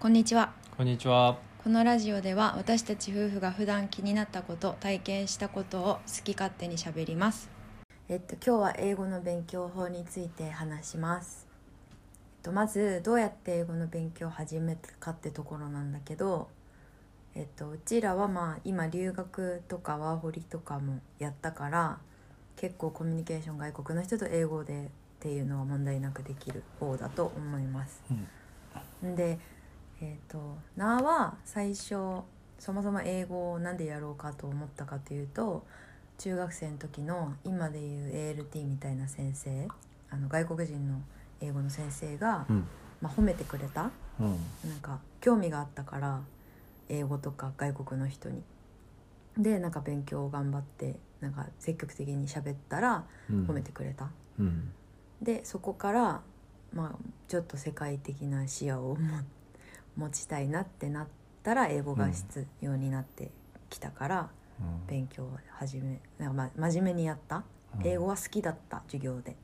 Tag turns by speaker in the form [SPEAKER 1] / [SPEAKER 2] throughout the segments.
[SPEAKER 1] こんにちは
[SPEAKER 2] こんにちは。
[SPEAKER 1] このラジオでは私たち夫婦が普段気になったこと体験したことを好き勝手にしゃべりますえっと今日は英語の勉強法について話します、えっと、まずどうやって英語の勉強を始めたかってところなんだけどえっとうちらはまあ今留学とかワーホリとかもやったから結構コミュニケーション外国の人と英語でっていうのは問題なくできる方だと思います
[SPEAKER 2] うん、
[SPEAKER 1] でえー、となあは最初そもそも英語をなんでやろうかと思ったかというと中学生の時の今でいう ALT みたいな先生あの外国人の英語の先生が、
[SPEAKER 2] うん、
[SPEAKER 1] まあ、褒めてくれた
[SPEAKER 2] うん、
[SPEAKER 1] なんか興味があったから英語とか外国の人に。でなんか勉強を頑張ってなんか積極的に喋ったら
[SPEAKER 2] うん、
[SPEAKER 1] 褒めてくれた。
[SPEAKER 2] うん、
[SPEAKER 1] でそこから、まあ、ちょっと世界的な視野をも持ちたいなってなったら英語が必要になってきたから、
[SPEAKER 2] うん、
[SPEAKER 1] 勉強を始めなんか、ま、真面目にやった、
[SPEAKER 2] うん
[SPEAKER 1] 英語は好きだった授業で。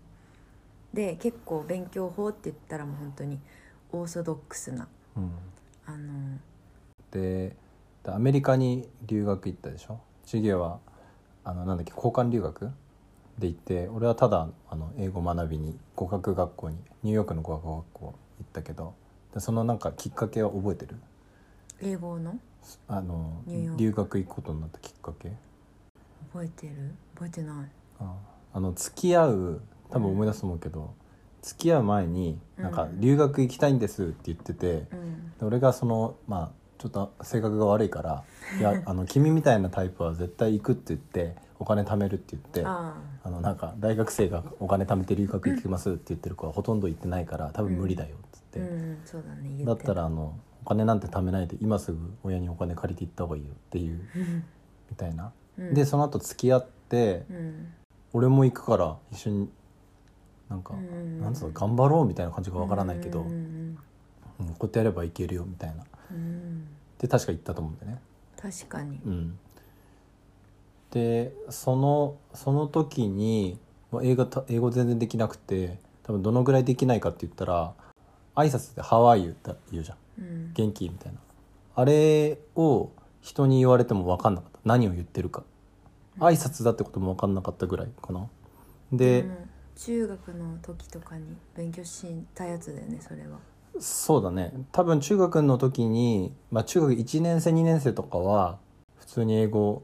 [SPEAKER 1] で結構勉強法って言ったらもう本当にオーソドックスな
[SPEAKER 2] うん、
[SPEAKER 1] あの
[SPEAKER 2] で、でアメリカに留学行ったでしょ。チゲはあのなんだっけ交換留学で行って、俺はただあの英語学びに語学学校にニューヨークの語学学校行ったけど、でそのなんかきっかけは覚えてる？
[SPEAKER 1] 英語の
[SPEAKER 2] あの
[SPEAKER 1] ニューヨーク
[SPEAKER 2] 留学行くことになったきっかけ？
[SPEAKER 1] 覚えてる覚えてない。
[SPEAKER 2] ああの付き合う多分思い出すと思うけど、付き合う前になんか留学行きたいんですって言ってて。
[SPEAKER 1] うん、
[SPEAKER 2] で俺がそのまあちょっと性格が悪いから「いやあの君みたいなタイプは絶対行く」って言ってお金貯めるって言ってあ
[SPEAKER 1] あ
[SPEAKER 2] のなんか大学生がお金貯めて留学行きますって言ってる子はほとんど行ってないから多分無理だよっつっ
[SPEAKER 1] あ、う
[SPEAKER 2] て、
[SPEAKER 1] ん、そうだね言えて
[SPEAKER 2] だったらあのお金なんて貯めないで今すぐ親にお金借りて行った方がいいよっていう
[SPEAKER 1] うん
[SPEAKER 2] みたいな、
[SPEAKER 1] うん
[SPEAKER 2] でその後付き合って、
[SPEAKER 1] うん
[SPEAKER 2] 俺も行くから一緒になんか、
[SPEAKER 1] うん
[SPEAKER 2] なんつうの頑張ろうみたいな感じがわからないけど、
[SPEAKER 1] うんうん
[SPEAKER 2] うんこうやってやればいけるよみたいな
[SPEAKER 1] うんうん
[SPEAKER 2] で確か行ったと思うんだよね。
[SPEAKER 1] 確かに
[SPEAKER 2] うん、でそのその時にもう英語た英語全然できなくて多分どのぐらいできないかって言ったら挨拶で「How are you」って言うじゃ
[SPEAKER 1] う
[SPEAKER 2] ん
[SPEAKER 1] ん
[SPEAKER 2] 「元気?」みたいなあれを人に言われても分かんなかった何を言ってるか挨拶だってことも分かんなかったぐらいかなで、
[SPEAKER 1] うん中学の時とかに勉強したやつだよねそれは
[SPEAKER 2] そうだね多分中学の時に、まあ、中学1年生2年生とかは普通に英語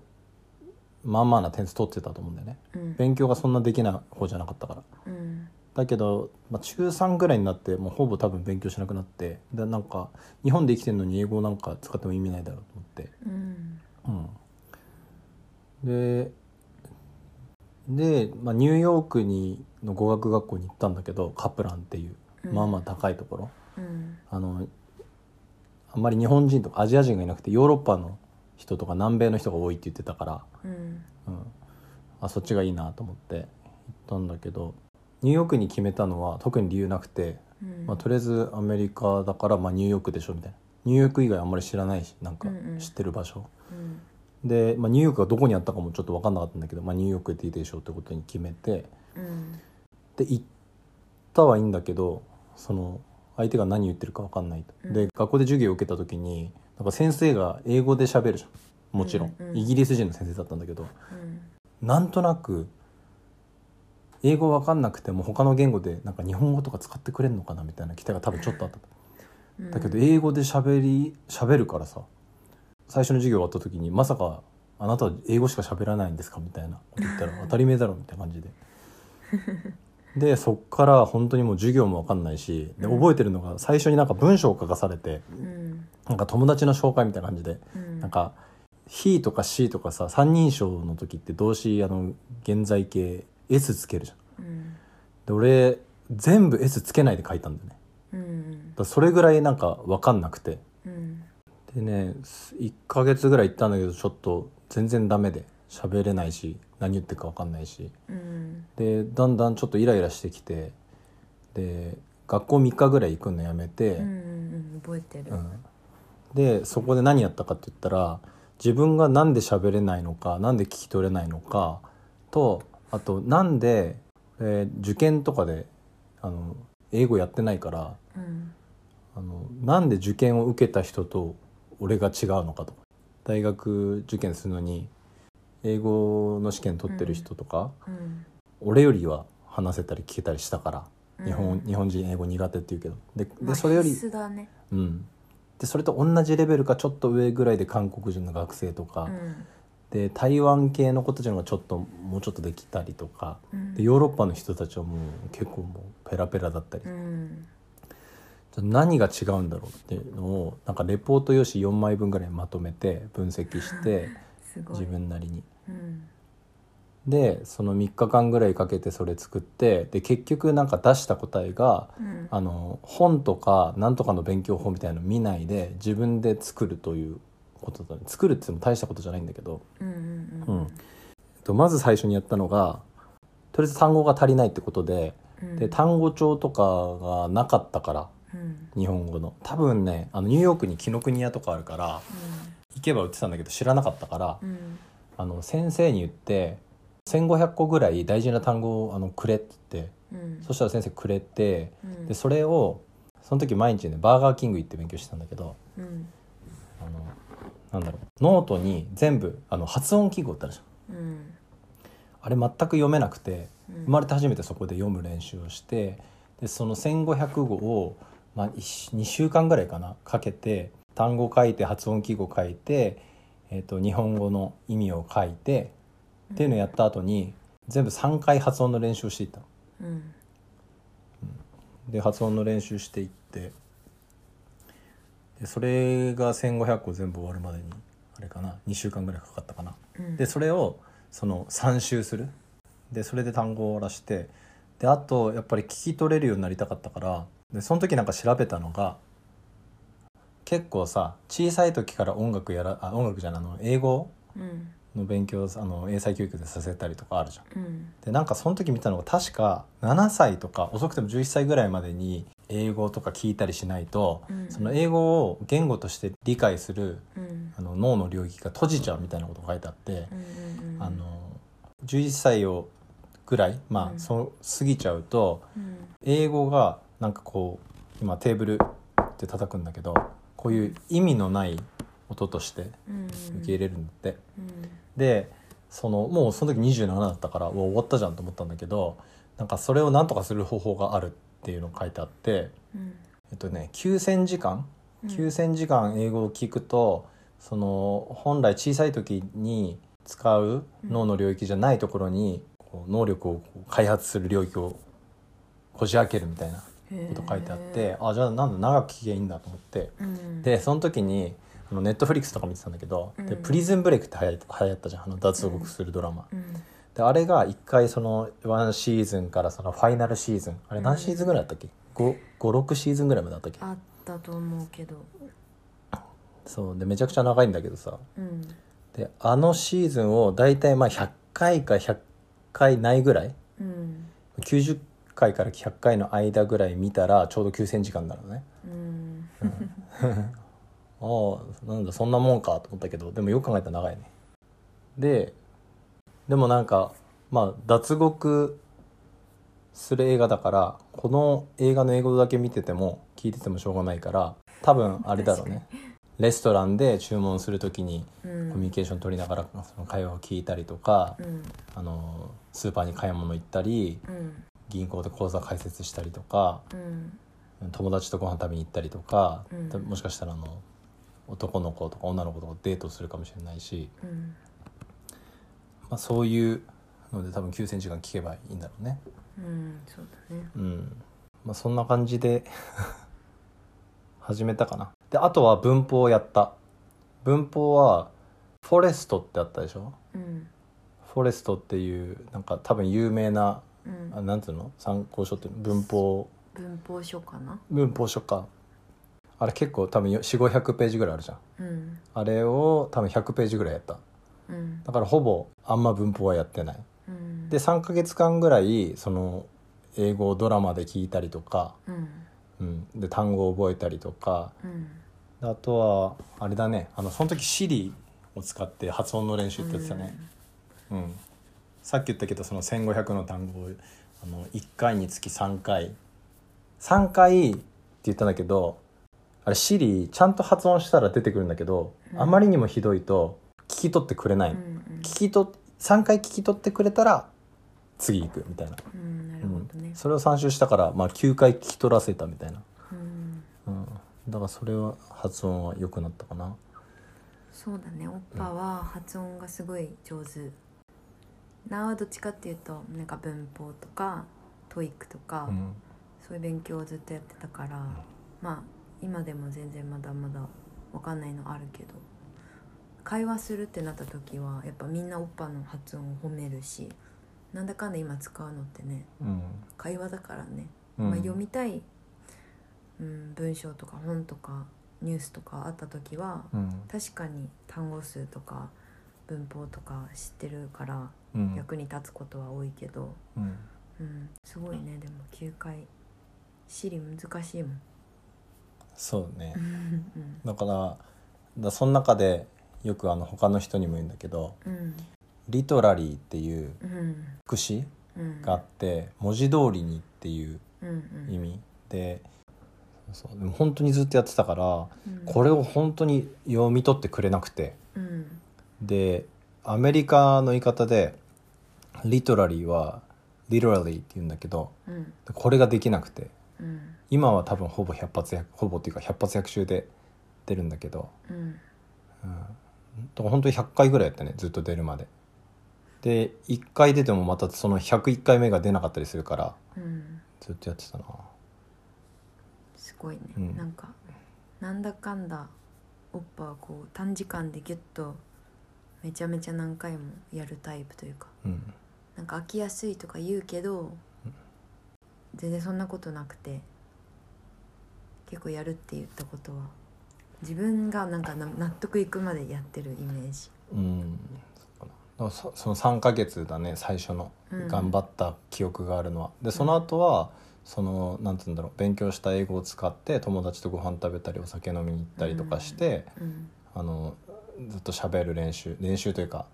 [SPEAKER 2] まあまあな点数取ってたと思うんだよね
[SPEAKER 1] うん
[SPEAKER 2] 勉強がそんなできない方じゃなかったから
[SPEAKER 1] うん
[SPEAKER 2] だけど、まあ、中3ぐらいになってもうほぼ多分勉強しなくなってでなんか日本で生きてるのに英語なんか使っても意味ないだろうと思って
[SPEAKER 1] うん
[SPEAKER 2] うんでで、まあ、ニューヨークにの語学学校に行ったんだけどカプランっていう
[SPEAKER 1] うん
[SPEAKER 2] まあまあ高いところ、
[SPEAKER 1] うん
[SPEAKER 2] あのあんまり日本人とかアジア人がいなくてヨーロッパの人とか南米の人が多いって言ってたから、
[SPEAKER 1] うん
[SPEAKER 2] うん、あそっちがいいなと思って行ったんだけどニューヨークに決めたのは特に理由なくて、
[SPEAKER 1] うん
[SPEAKER 2] まあ、とりあえずアメリカだから、まあ、ニューヨークでしょみたいなニューヨーク以外あんまり知らないしなんか
[SPEAKER 1] うんうん
[SPEAKER 2] 知ってる場所、
[SPEAKER 1] うん
[SPEAKER 2] で、まあ、ニューヨークがどこにあったかもちょっと分かんなかったんだけど、まあ、ニューヨークでいいでしょうってことに決めて
[SPEAKER 1] うん
[SPEAKER 2] で行ったはいいんだけどその相手が何言ってるか分かんないと、
[SPEAKER 1] うん
[SPEAKER 2] で学校で授業を受けた時になんか先生が英語で喋るじゃんもちろん、
[SPEAKER 1] うんうん
[SPEAKER 2] イギリス人の先生だったんだけど、
[SPEAKER 1] うん
[SPEAKER 2] なんとなく英語わかんなくても他の言語でなんか日本語とか使ってくれるのかなみたいな期待が多分ちょっとあった
[SPEAKER 1] うん
[SPEAKER 2] だけど英語で喋り喋るからさ最初の授業終わった時にまさか「あなたは英語しか喋らないんですか?」みたいなこと言ったら当たり前だろみたいな感 じででそっから本当にもう授業もわかんないしで
[SPEAKER 1] うん
[SPEAKER 2] 覚えてるのが最初になんか文章を書かされて
[SPEAKER 1] うん
[SPEAKER 2] なんか友達の紹介みたいな感じで
[SPEAKER 1] うん
[SPEAKER 2] なんか「he」とか「she」とかさ三人称の時って動詞あの現在形 S つけるじゃん。
[SPEAKER 1] うん
[SPEAKER 2] で俺全部 S つけないで書いたんだよね。だ
[SPEAKER 1] うん
[SPEAKER 2] からそれぐらいなんか分かんなくて。
[SPEAKER 1] うん
[SPEAKER 2] でね1ヶ月ぐらい行ったんだけどちょっと全然ダメで喋れないし何言ってるか分かんないし。
[SPEAKER 1] うん
[SPEAKER 2] でだんだんちょっとイライラしてきてで学校3日ぐらい行くのやめて。
[SPEAKER 1] うんうん覚えてる
[SPEAKER 2] うん、でそこで何やったかって言ったら自分がなんで喋れないのかなんで聞き取れないのかとあとなんで、えー受験とかであの英語やってないから
[SPEAKER 1] うん
[SPEAKER 2] ああのなんで受験を受けた人と俺が違うのかとか大学受験するのに英語の試験取ってる人とか、
[SPEAKER 1] うん
[SPEAKER 2] 俺よりは話せたり聞けたりしたから、日
[SPEAKER 1] う
[SPEAKER 2] 本
[SPEAKER 1] ん
[SPEAKER 2] 日本人英語苦手って言うけどで
[SPEAKER 1] ま
[SPEAKER 2] で
[SPEAKER 1] あ
[SPEAKER 2] それより、
[SPEAKER 1] 必須だね
[SPEAKER 2] うん、でそれと同じレベルかちょっと上ぐらいで韓国人の学生とか、
[SPEAKER 1] うん
[SPEAKER 2] で台湾系の子たちの方がちょっともうちょっとできたりとか、
[SPEAKER 1] うん
[SPEAKER 2] でヨーロッパの人たちはもう結構もうペラペラだったり、
[SPEAKER 1] うん
[SPEAKER 2] じゃあ何が違うんだろうっていうのをなんかレポート用紙4枚分ぐらいまとめて分析して
[SPEAKER 1] すごい
[SPEAKER 2] 自分なりに。
[SPEAKER 1] うん
[SPEAKER 2] でその3日間ぐらいかけてそれ作ってで結局なんか出した答えが
[SPEAKER 1] うん
[SPEAKER 2] あの本とかなんとかの勉強法みたいなの見ないで自分で作るということだね作るって言っても大したことじゃないんだけど、
[SPEAKER 1] うんう
[SPEAKER 2] うんんえっと、まず最初にやったのがとりあえず単語が足りないってことで
[SPEAKER 1] うん
[SPEAKER 2] で単語帳とかがなかったから
[SPEAKER 1] うんうん
[SPEAKER 2] 日本語の多分ねあのニューヨークに紀ノ国屋とかあるから行けば売ってたんだけど知らなかったから
[SPEAKER 1] うんうん
[SPEAKER 2] あの先生に言って1,500個ぐらい大事な単語をあのくれって言って
[SPEAKER 1] うん
[SPEAKER 2] そしたら先生くれて
[SPEAKER 1] うん
[SPEAKER 2] でそれをその時毎日ねバーガーキング行って勉強してたんだけど
[SPEAKER 1] うん
[SPEAKER 2] あのなんだろうノートに全部あの発音記号ってあるじゃん
[SPEAKER 1] うん
[SPEAKER 2] あれ全く読めなくて
[SPEAKER 1] うん
[SPEAKER 2] 生まれて初めてそこで読む練習をしてでその1,500語を、まあ、2週間ぐらいかなかけて単語書いて発音記号書いて、えー、と日本語の意味を書いてっていうのをやった後に全部3回発音の練習をしていったの。
[SPEAKER 1] うん
[SPEAKER 2] で発音の練習していってでそれが1,500個全部終わるまでにあれかな2週間ぐらいかかったかな。
[SPEAKER 1] うん
[SPEAKER 2] でそれをその3周するでそれで単語を終わらしてであとやっぱり聞き取れるようになりたかったからでその時なんか調べたのが結構さ小さい時から音楽やらあ音楽じゃないあの英語
[SPEAKER 1] うん
[SPEAKER 2] の勉強をあの英才教育でさせたりとかあるじゃん。
[SPEAKER 1] うん
[SPEAKER 2] でなんかその時見たのが確か7歳とか遅くても11歳ぐらいまでに英語とか聞いたりしないと、
[SPEAKER 1] うん
[SPEAKER 2] その英語を言語として理解する
[SPEAKER 1] うん
[SPEAKER 2] あの脳の領域が閉じちゃうみたいなことが書いてあって。
[SPEAKER 1] うんうんうん
[SPEAKER 2] あの11歳をぐらい、まあ
[SPEAKER 1] うん
[SPEAKER 2] そう過ぎちゃうと
[SPEAKER 1] うん
[SPEAKER 2] 英語がなんかこう今テーブルって叩くんだけどこういう意味のない音として
[SPEAKER 1] うん
[SPEAKER 2] 受け入れるんだって、
[SPEAKER 1] うん
[SPEAKER 2] でそのもうその時27だったからうわ終わったじゃんと思ったんだけどなんかそれをなんとかする方法があるっていうのが書いてあって
[SPEAKER 1] うん
[SPEAKER 2] えっとね9,000時間
[SPEAKER 1] うん
[SPEAKER 2] 9,000時間英語を聞くとその本来小さい時に使う脳の領域じゃないところにこう能力をこう開発する領域をこじ開けるみたいなこと書いてあっ
[SPEAKER 1] へ
[SPEAKER 2] てあじゃあなんだ長く聞けばいいんだと思って
[SPEAKER 1] ーうん
[SPEAKER 2] でその時にあのネットフリックスとか見てたんだけど、で
[SPEAKER 1] うん
[SPEAKER 2] プリズンブレイクって流行った流行ったじゃんあの脱獄するドラマ、
[SPEAKER 1] うん
[SPEAKER 2] であれが一回その1シーズンからそのファイナルシーズンあれ何シーズンぐらいだったっけ、56シーズンぐらいまでだったっけ
[SPEAKER 1] あったと思うけど
[SPEAKER 2] そうでめちゃくちゃ長いんだけどさ
[SPEAKER 1] うん
[SPEAKER 2] であのシーズンを大体まあ100回か100回ないぐらい
[SPEAKER 1] うん
[SPEAKER 2] 90回から100回の間ぐらい見たらちょうど9,000時間になるのね
[SPEAKER 1] うん
[SPEAKER 2] ああなんだそんなもんかと思ったけどでもよく考えたら長いねででもなんかまあ脱獄する映画だからこの映画の英語だけ見てても聞いててもしょうがないから多分あれだろうねレストランで注文するときに
[SPEAKER 1] う
[SPEAKER 2] コミュ
[SPEAKER 1] ん
[SPEAKER 2] ニケーション取りながらその会話を聞いたりとか、
[SPEAKER 1] うん
[SPEAKER 2] あのスーパーに買い物行ったり
[SPEAKER 1] うん
[SPEAKER 2] 銀行で口座開設したりとか
[SPEAKER 1] うん
[SPEAKER 2] 友達とご飯食べに行ったりとか、
[SPEAKER 1] うん
[SPEAKER 2] たもしかしたらあの男の子とか女の子とかデートするかもしれないし、
[SPEAKER 1] うん
[SPEAKER 2] まあ、そういうので多分9センチ間聞けばいいんだろうね。
[SPEAKER 1] うんそうだね
[SPEAKER 2] うんまあ、そんな感じで 始めたかな。であとは文法をやった。文法はフォレストってあったでしょ
[SPEAKER 1] うん
[SPEAKER 2] フォレストっていうなんか多分有名な
[SPEAKER 1] うん
[SPEAKER 2] あなんていうの参考書っていうの文法
[SPEAKER 1] 文法書かな
[SPEAKER 2] 文法書かあれ結構多分4 5 0 0ページぐらいあるじゃ
[SPEAKER 1] う
[SPEAKER 2] ん
[SPEAKER 1] ん
[SPEAKER 2] あれを多分100ページぐらいやった
[SPEAKER 1] うん
[SPEAKER 2] だからほぼあんま文法はやってない
[SPEAKER 1] うん
[SPEAKER 2] で3ヶ月間ぐらいその英語をドラマで聞いたりとか、
[SPEAKER 1] うん
[SPEAKER 2] うん、で単語を覚えたりとか
[SPEAKER 1] うん
[SPEAKER 2] あとはあれだねあのその時 Siri を使って発音の練習ってやってたね、うん、さっき言ったけどその1,500の単語をあの1回につき3回3回って言ったんだけどあれ Siri ちゃんと発音したら出てくるんだけど、
[SPEAKER 1] うん
[SPEAKER 2] あまりにもひどいと聞き取ってくれない、
[SPEAKER 1] うんうん
[SPEAKER 2] 聞き取っ3回聞き取ってくれたら次行くみたいな、
[SPEAKER 1] うんなる
[SPEAKER 2] う
[SPEAKER 1] ほ
[SPEAKER 2] ん
[SPEAKER 1] どね、
[SPEAKER 2] それを3周したから、まあ、9回聞き取らせたみたいな、
[SPEAKER 1] うん、
[SPEAKER 2] うん、だからそれは発音は良くなったかな
[SPEAKER 1] そうだねオッパは発音がすごい上手なはどっちかっていうとなんか文法とかトイックとか、
[SPEAKER 2] うん
[SPEAKER 1] そういう勉強をずっとやってたから、まあ今でも全然まだまだわかんないのあるけど会話するってなった時はやっぱみんなオッパの発音を褒めるしなんだかんだ今使うのってね
[SPEAKER 2] うん
[SPEAKER 1] 会話だからね、
[SPEAKER 2] うん
[SPEAKER 1] まあ、読みたい、うん、文章とか本とかニュースとかあった時は
[SPEAKER 2] うん
[SPEAKER 1] 確かに単語数とか文法とか知ってるから
[SPEAKER 2] うん
[SPEAKER 1] 役に立つことは多いけど、
[SPEAKER 2] うん
[SPEAKER 1] うん、すごいねでも9回シリ難しい もん。
[SPEAKER 2] そうね
[SPEAKER 1] うん
[SPEAKER 2] だからだからその中でよくあの他の人にも言うんだけど
[SPEAKER 1] うん
[SPEAKER 2] リトラリーっていう
[SPEAKER 1] うん
[SPEAKER 2] 副詞
[SPEAKER 1] うん
[SPEAKER 2] があって文字通りにっていう
[SPEAKER 1] うんうん
[SPEAKER 2] 意味でそうでも本当にずっとやってたから
[SPEAKER 1] うん
[SPEAKER 2] これを本当に読み取ってくれなくて
[SPEAKER 1] うん
[SPEAKER 2] でアメリカの言い方でリトラリーはリトラリーって言うんだけど
[SPEAKER 1] うん
[SPEAKER 2] これができなくて
[SPEAKER 1] うん
[SPEAKER 2] 今は多分ほぼ百発百ほぼっていうか百発百中で出るんだけど
[SPEAKER 1] うん
[SPEAKER 2] だから本当に100回ぐらいやったねずっと出るまでで1回出てもまたその101回目が出なかったりするから
[SPEAKER 1] うん
[SPEAKER 2] ずっとやってたな
[SPEAKER 1] すごいね、
[SPEAKER 2] うん
[SPEAKER 1] なんかなんだかんだオッパはこう短時間でギュッとめちゃめちゃ何回もやるタイプというか
[SPEAKER 2] うん
[SPEAKER 1] なんか飽きやすいとか言うけど全然そんなことなくて結構やるって言ったことは自分がなんかな納得いくまでやってるイメージ
[SPEAKER 2] うんそうかなだからそその3ヶ月だね最初の
[SPEAKER 1] うん
[SPEAKER 2] 頑張った記憶があるのは、でその後はそのなんつうんだろう勉強した英語を使って友達とご飯食べたりお酒飲みに行ったりとかして、
[SPEAKER 1] うん
[SPEAKER 2] あのずっと喋る練習練習というか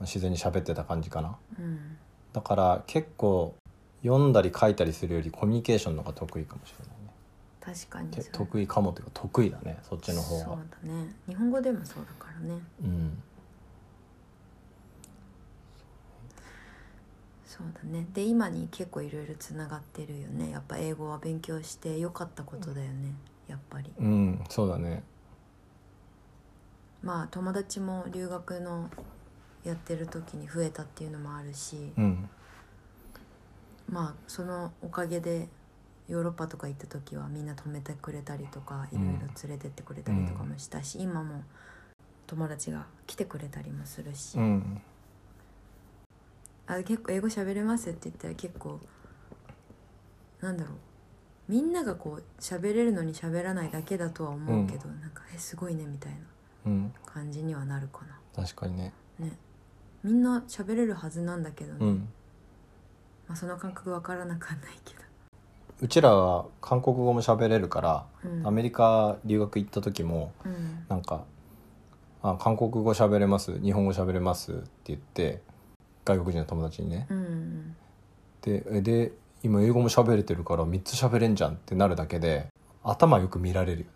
[SPEAKER 2] 自然に喋ってた感じかな
[SPEAKER 1] うん
[SPEAKER 2] だから結構読んだり書いたりするよりコミュニケーションの方が得意かもしれないね
[SPEAKER 1] 確かに
[SPEAKER 2] け
[SPEAKER 1] そう
[SPEAKER 2] 得意かもというか得意だねそっちの方
[SPEAKER 1] そう
[SPEAKER 2] は
[SPEAKER 1] だね日本語でもそうだからね
[SPEAKER 2] うん
[SPEAKER 1] そうだねで今に結構いろいろつながってるよねやっぱ英語は勉強してよかったことだよねやっぱり
[SPEAKER 2] うんそうだね
[SPEAKER 1] まあ友達も留学のやってる時に増えたっていうのもあるし
[SPEAKER 2] うん
[SPEAKER 1] まあそのおかげでヨーロッパとか行った時はみんな止めてくれたりとかい
[SPEAKER 2] う
[SPEAKER 1] ろ
[SPEAKER 2] ん
[SPEAKER 1] いろ連れてってくれたりとかもしたし、今も友達が来てくれたりもするし、
[SPEAKER 2] うん
[SPEAKER 1] あ結構英語喋れますって言ったら結構なんだろうみんながこう喋れるのに喋らないだけだとは思うけど、なんか「えすごいね」みたいな
[SPEAKER 2] うん
[SPEAKER 1] 感じにはなるかな
[SPEAKER 2] 確かにね
[SPEAKER 1] ねみんな喋れるはずなんだけどね、
[SPEAKER 2] うん
[SPEAKER 1] まあ、その感覚わからなかんないけ
[SPEAKER 2] うちらは韓国語も喋れるから、
[SPEAKER 1] ど、うん、
[SPEAKER 2] アメリカ留学行った時も
[SPEAKER 1] うん
[SPEAKER 2] なんか「あ韓国語喋れます日本語喋れます」って言って外国人の友達にね、
[SPEAKER 1] うんうん
[SPEAKER 2] でえで今英語も喋れてるから3つ喋れんじゃんってなるだけで頭よく見られるよね、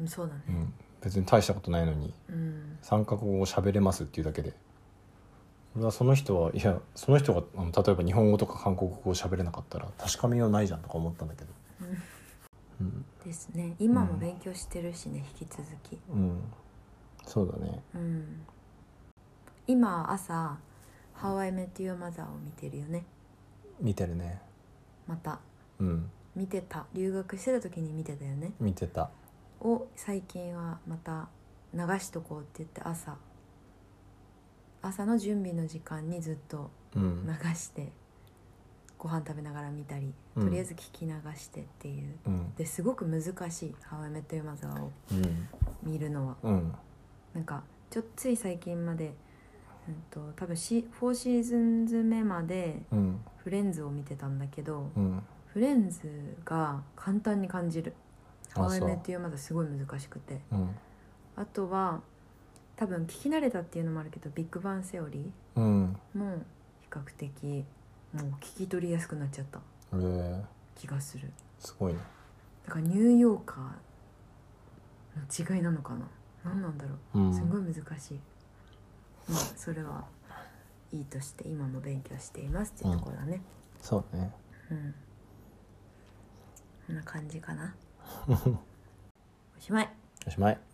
[SPEAKER 1] うんそうだね
[SPEAKER 2] うん、別に大したことないのに
[SPEAKER 1] うん
[SPEAKER 2] 3カ国語喋れますっていうだけで俺はその人はいやその人があの例えば日本語とか韓国語を喋れなかったら確かめようないじゃんとか思ったんだけどうん、
[SPEAKER 1] ですね今も勉強してるしね、引き続き
[SPEAKER 2] うん、そうだね
[SPEAKER 1] うん今朝「ハワイメティオマザー」を見てるよね
[SPEAKER 2] 見てるね
[SPEAKER 1] また
[SPEAKER 2] うん
[SPEAKER 1] 見てた留学してた時に見てたよね
[SPEAKER 2] 見てた
[SPEAKER 1] を最近はまた流しとこうって言って朝朝の準備の時間にずっと
[SPEAKER 2] う
[SPEAKER 1] 流
[SPEAKER 2] ん
[SPEAKER 1] してご飯食べながら見たり
[SPEAKER 2] うん
[SPEAKER 1] とりあえず聞き流してっていう、
[SPEAKER 2] うん
[SPEAKER 1] ですごく難しい「ハワイメット・ユーマザー」を
[SPEAKER 2] うん
[SPEAKER 1] 見るのは
[SPEAKER 2] うん
[SPEAKER 1] なんかちょつい最近まで、うん、と多分シ4シーズンズ目まで
[SPEAKER 2] うん
[SPEAKER 1] 「フレンズ」を見てたんだけど、
[SPEAKER 2] うん
[SPEAKER 1] フレンズが簡単に感じる「ハ
[SPEAKER 2] あ
[SPEAKER 1] ワイ
[SPEAKER 2] そう
[SPEAKER 1] メっていうまだすごい難しくて
[SPEAKER 2] うん
[SPEAKER 1] あとは多分聞き慣れたっていうのもあるけど「ビッグバンセオリ
[SPEAKER 2] うん
[SPEAKER 1] ー」も比較的もう聞き取りやすくなっちゃった
[SPEAKER 2] えー、
[SPEAKER 1] 気がする
[SPEAKER 2] すごいね
[SPEAKER 1] だからニューヨーカ違いなのかな何なんだろ
[SPEAKER 2] う
[SPEAKER 1] うすご
[SPEAKER 2] ん
[SPEAKER 1] い難しい、まあそれはいいとして今も勉強していますっていうところだね
[SPEAKER 2] そうね
[SPEAKER 1] うん、 こんな感じかなおしまい
[SPEAKER 2] おしまい